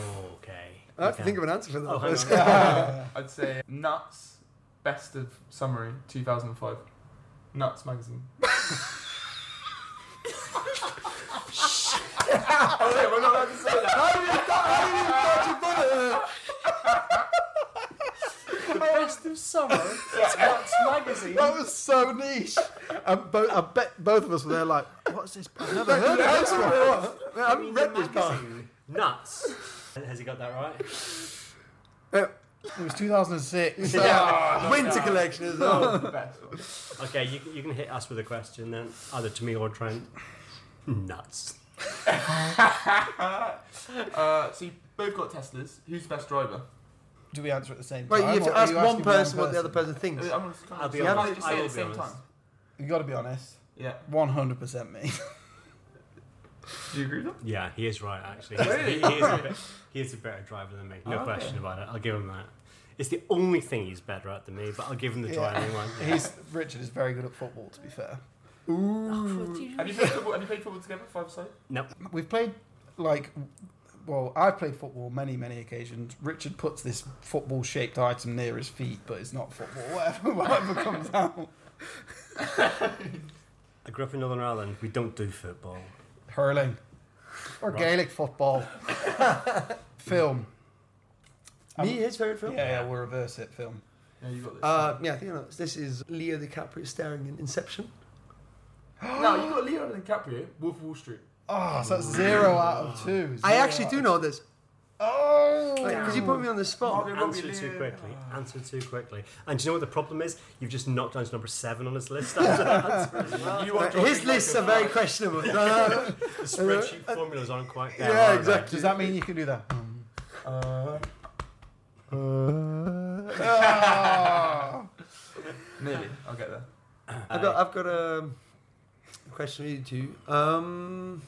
E: Okay.
B: I have to
E: Okay.
B: think of an answer for that.
E: Oh, hang
B: first. *laughs*
E: on.
K: I'd say Nuts Best of Summary 2005.
B: *laughs*
K: Nuts magazine. oh, wait, we're not allowed to say that.
E: The best of summer. That's magazine.
C: That was so niche. And bo- I bet both of us were there like, what's this? I've never heard
B: *laughs*
C: of this one.
B: I haven't read this part.
E: Nuts. Has he got that right?
C: It was *laughs* 2006.
B: Winter collection as well. *laughs*
K: Oh, the best one.
E: Okay, you, you can hit us with a question then, either to me or Trent. Nuts.
K: *laughs* Uh, so you both got Teslas. Who's the best driver?
C: Do we answer at the same time?
B: Right, you have
C: or
B: to
C: are
B: ask
C: you
B: one
C: asking
B: person what the other person thinks.
K: I'm gonna-
E: I'll be
K: you have
E: honest,
K: to just
E: I
K: say it
E: will
K: at the
E: be
K: same
E: honest.
K: time.
C: You got to be honest.
K: Yeah.
C: 100% me.
K: Do you agree with
E: Yeah, he is right, actually. He's, he, he is a bit, he is a better driver than me. No
K: Okay.
E: question about it. I'll give him that. It's the only thing he's better at than me, but I'll give him the
C: Yeah.
E: driving one. Yeah.
C: *laughs* He's Richard is very good at football, to be fair.
G: Oh,
K: that? Have you played football? Have you played football together? Five side.
E: Nope.
C: We've played like, well, I've played football many, many occasions. Richard puts this football-shaped item near his feet, but it's not football. *laughs* Whatever, whatever comes out.
E: I grew up in Northern Ireland. We don't do football.
C: Hurling or
E: Right.
C: Gaelic *laughs* football. film.
B: Me, his favourite film?
C: Yeah, yeah, we'll reverse it. Film.
K: Yeah, you got this.
B: Uh, yeah, I think I know this. This is Leo DiCaprio starring in Inception.
K: *gasps* no, you got Leonardo DiCaprio. Wolf of Wall Street.
C: Oh, so that's zero out of two.
B: I
C: zero
B: actually
C: out
B: do
C: of-
B: know this
C: Oh,
B: because you put me on the spot.
K: Margot Robbie,
E: Answer too
K: Leo-
E: quickly. Answer too quickly. And do you know what the problem is? You've just knocked down to number seven on his list. *laughs* After that answer as well.
K: You are
B: Uh, His
K: dropping like
B: lists
K: a
B: are very *laughs*
K: fly.
B: questionable. No, no, no.
E: The spreadsheet formulas aren't quite there.
B: Yeah,
E: are they?
B: exactly.
C: Does that mean you can do *laughs* that?
K: Uh,
B: uh. *laughs* Ah.
C: Ah.
K: nearly. I'll get there.
B: I've got, I've got um, a question for you two. Um,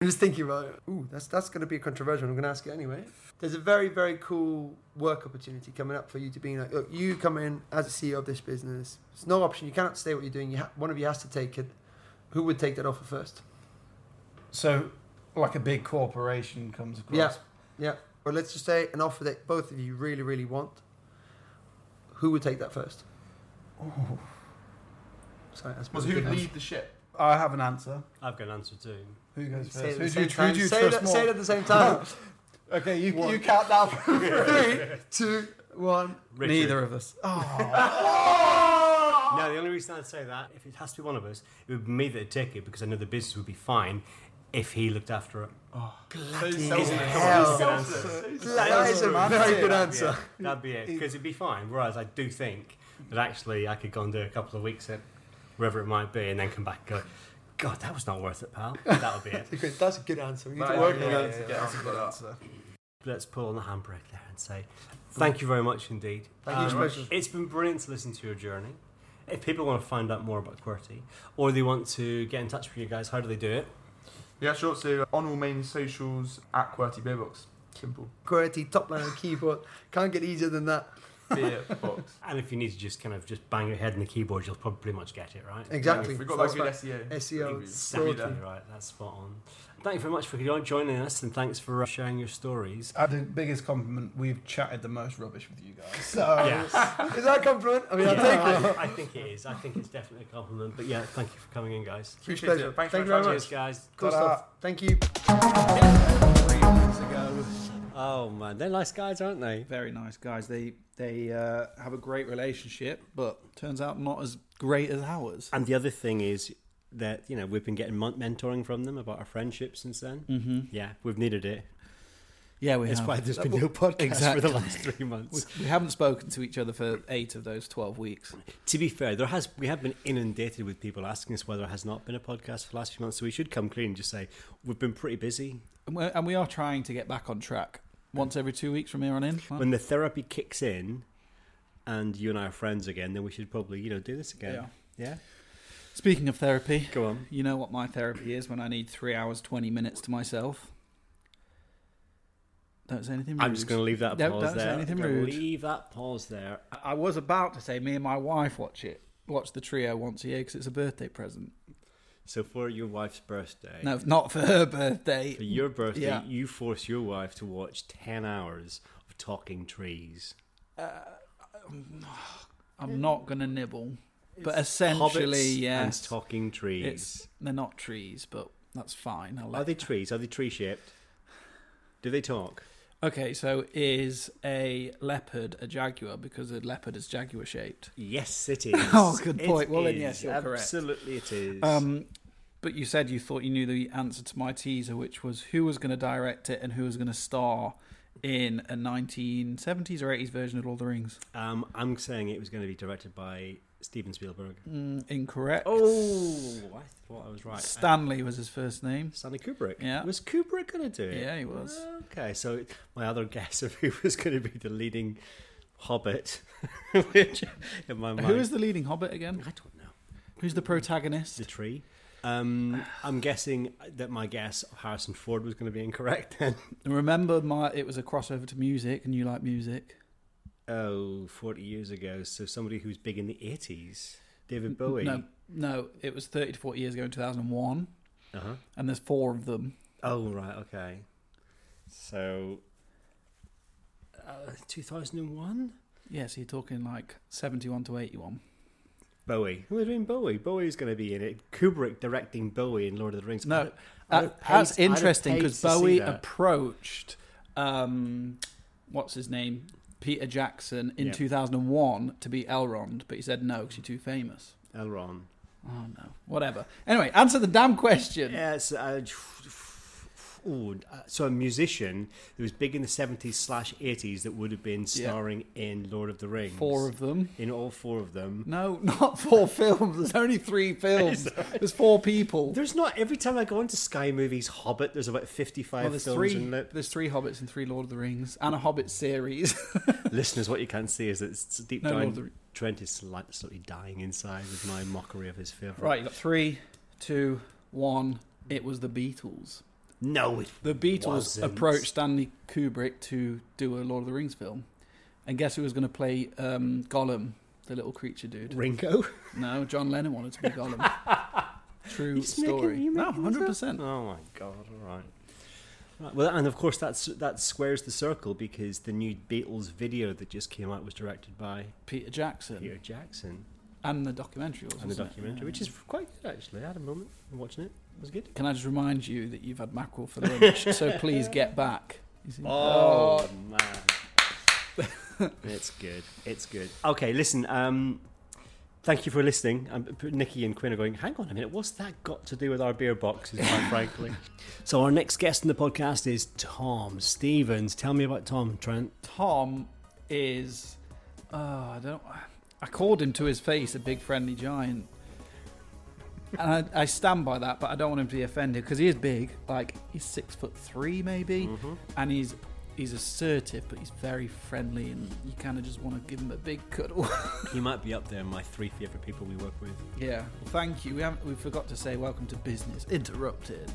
B: I was thinking about it. Ooh, that's, that's going to be controversial. I'm going to ask it anyway. There's a very, very cool work opportunity coming up for you to be like, look, you come in as a CEO of this business. It's no option. You cannot stay what you're doing. You ha- one of you has to take it. Who would take that offer first?
C: So, like a big corporation comes across.
B: Yeah. Or let's just say an offer that both of you really, really want. Who would take that first? Sorry, that's
K: Was
B: probably
K: who
B: a good
K: lead the ship?
C: I have an answer.
E: I've got an answer too.
C: Who goes
B: answer. Say it
C: first?
B: at the
C: Who do you,
B: same time.
C: who do you
B: Say
C: trust
B: it- say it
C: more?
B: at the same
C: *laughs*
B: time.
C: Okay, you,
B: One.
C: *laughs* you count down.
B: Three, two, one.
E: Richard.
C: Neither of *laughs* us. Ah.
E: No, the only reason I'd say that, if it has to be one of us, it would be me that'd take it because I know the business would be fine
M: if he looked after it.
K: Bloody
B: hell. That is a very good answer.
M: That'd be it, because it'd be fine. Whereas I do think that actually I could go and do a couple of weeks at wherever it might be, and then come back and go, God, that was not worth it, pal. That would be it.
B: That's a good answer. We need to
K: Right,
B: work
K: yeah,
B: on that.
K: yeah, yeah, that's a good answer.
M: Let's pull on the handbrake there and say, thank you very much indeed.
B: Thank you,
M: Um,
B: Special.
M: It's been brilliant to listen to your journey. If people want to find out more about QWERTY or they want to get in touch with you guys, how do they do it?
K: *laughs* Yeah, sure. So on all main socials at QWERTY Beer Box. Simple.
B: Quality top line and keyboard. Can't get easier than *laughs* that.
K: Beer Box.
M: And if you need to just kind of just bang your head in the keyboard, you'll probably pretty much get it, right?
B: Exactly.
K: We've got that
B: That's
K: good E
B: right.
K: SEO.
B: SEO,
K: Really good.
M: Exactly
K: Really good.
M: right. That's spot on. Thank you very much for joining us, and thanks for uh, sharing your stories.
N: Uh, the biggest compliment we've chatted the most rubbish with you guys. So
B: *laughs*
M: yeah,
B: Is that a compliment? I mean, I'll take it.
M: I, I think it is. I think it's definitely a compliment. But yeah, thank you for coming in, guys.
B: Huge
K: Appreciate
B: pleasure.
K: it. Thanks
B: Thank you
K: very
B: very
K: much.
B: much.
M: Cheers, guys.
B: Cool
N: Ta-da.
B: stuff. Thank you.
N: three months ago.
E: Oh man, they're nice guys, aren't they?
C: Very nice guys. They they uh, have a great relationship, but turns out not as great as ours.
E: And the other thing is that you know we've been getting mon- mentoring from them about our friendship since then.
C: Mm-hmm.
E: Yeah, we've needed it.
C: Yeah, we
E: That's
C: have.
E: why there's been *laughs* no podcast
C: Exactly.
E: for the last three
C: we,
E: months.
C: we haven't spoken to each other for eight of those twelve weeks.
E: to be fair, there has we have been inundated with people asking us whether there has not been a podcast for the last few months. So we should come clean and just say we've been pretty busy.
C: And, we're, and we are trying to get back on track once every two weeks from here on in.
E: When the therapy kicks in, and you and I are friends again, then we should probably you know do this
C: Yeah.
E: again. Yeah,
C: Speaking of therapy,
E: go on.
C: you know what my therapy is when I need three hours twenty minutes to myself. Don't say anything. Rude.
E: I'm just going to leave that
C: Don't-
E: pause
C: don't say
E: there.
C: anything
E: I'm gonna
C: rude.
E: Leave that pause there.
C: I was about to say me and my wife watch it, watch the trio once a year because it's a birthday present.
E: So for your wife's birthday,
C: No, not for her *laughs* birthday.
E: for your birthday,
C: Yeah.
E: you force your wife to watch ten hours of talking trees.
C: I'm not going to nibble, but essentially,
E: Hobbits
C: yes,
E: and talking trees.
C: it's they're not trees, but that's fine. I'll
E: Are
C: let
E: they trees? Are they tree shaped? Do they talk?
C: Okay, so is a leopard a jaguar because a leopard is jaguar shaped?
E: Yes, it is.
C: *laughs* Oh, good
E: It
C: point. Well, then,
E: is.
C: yes, you're correct.
E: Absolutely, it is.
C: Um, but you said you thought you knew the answer to my teaser, which was who was going to direct it and who was going to star in a 1970s or 80s version of Lord of the Rings.
E: Um, I'm saying it was going to be directed by Steven Spielberg.
C: Mm, incorrect.
E: Oh, I thought I was right.
C: Stanley was his first name.
E: Uh, Stanley Kubrick.
C: Yeah.
E: Was Kubrick going to do it?
C: Yeah, he was.
E: Okay, so my other *laughs* guess of who was going to be the leading Hobbit, *laughs* which in my mind,
C: Who is the leading hobbit again?
E: I don't know.
C: Who's the protagonist?
E: The tree. Um, I'm guessing that my guess of Harrison Ford was going to be incorrect. Then. *laughs*
C: Remember, my it was a crossover to music, and you like music.
E: Oh, 40 years ago. So somebody who's big in the 80s, David Bowie.
C: No, no, it was 30 to 40 years ago in 2001,
E: Uh-huh.
C: and there's four of them.
E: Oh right, okay. So, uh, two thousand and one.
C: Yeah, so you're talking like 71 to 81.
E: Bowie. Who are doing Bowie? Bowie's going to be in it. Kubrick directing Bowie in Lord of the Rings.
C: No,
E: I'd- I'd
C: That,
E: have paid-
C: that's
E: I'd have
C: interesting
E: paid
C: because
E: to see
C: Bowie
E: that.
C: approached, um, what's his name, Peter Jackson in
E: Yeah.
C: 2001 to be Elrond, but he said no because you're too famous.
E: Elrond.
C: Oh no, whatever. Anyway, answer the damn question.
E: Yes. Uh, ooh, uh, so a musician who was big in the seventies slash eighties that would have been starring in Lord of the Rings.
C: Four of them.
E: in all four of them.
C: No, *laughs* not four films. There's
E: *laughs*
C: only three films. There's four people.
E: There's not every time I go into Sky Movies Hobbit. There's about fifty five
C: Well,
E: films
C: there's three.
E: in it.
C: *laughs* There's three Hobbits and three Lord of the Rings and a Hobbit series. *laughs*
E: Listeners, what you can see is that it's deep
C: No, Lord
E: down,
C: of the-
E: Trent is slight- slightly dying inside with my mockery of his favourite.
C: right, you got three, two, one. It was the Beatles.
E: No, it
C: The Beatles
E: Wasn't.
C: approached Stanley Kubrick to do a Lord of the Rings film, and guess who was going to play um, Gollum, the little creature dude? *laughs*
E: Ringo.
C: No, John Lennon wanted to
E: *laughs*
C: be Gollum. True
E: You just making-
C: story.
E: you
C: no,
E: making this
C: hundred
E: up? *laughs*
C: percent.
E: Oh my god! All right. Right, Well, and of course that's that squares the circle because the new Beatles video that just came out was directed by
C: Peter Jackson
E: Peter Jackson
C: and the documentary. was,
E: and the
C: wasn't it?
E: documentary,
C: Yeah.
E: which is quite good actually. I had a moment watching it; it was good.
C: Can I just remind you that you've had mackerel for lunch? so please get back. You see?
E: Oh. *laughs* man, it's good. It's good. Okay, listen. Um, Thank you for listening. Um, p- Nikki and Quinn are going, hang on a minute, what's that got to do with our beer boxes, *laughs* quite frankly? So, our next guest in the podcast is Tom Stevens. Tell me about Tom, Trent.
C: Tom is. Uh, I don't. I called him to his face a big friendly giant, and I, I stand by that. But I don't want him to be offended because he is big. Like he's six foot three, maybe, and he's he's assertive, but he's very friendly, and you kind of just want to give him a big cuddle. *laughs*
E: He might be up there in my three favourite people we work with.
C: yeah. Well, thank you. We haven't. We forgot to say welcome to business interrupted.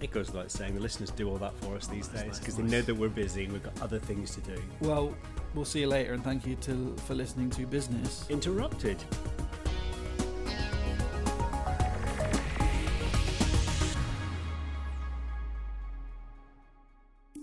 E: It goes without saying, the listeners do all that for us these days because they know that we're busy and we've got other things to do.
C: Well, we'll see you later, and thank you to, for listening to business.
E: Interrupted.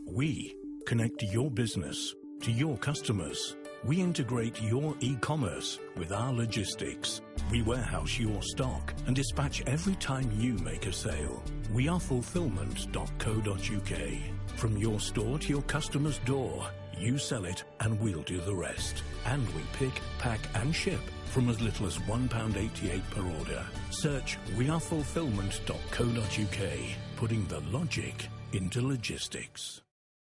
F: We connect your business to your customers. We integrate your e commerce with our logistics. We warehouse your stock and dispatch every time you make a sale. We are fulfillment.co.uk. From your store to your customer's door, you sell it and we'll do the rest. And we pick, pack, and ship from as little as £1.88 per order. Search wearefulfillment.co.uk, putting the logic into logistics.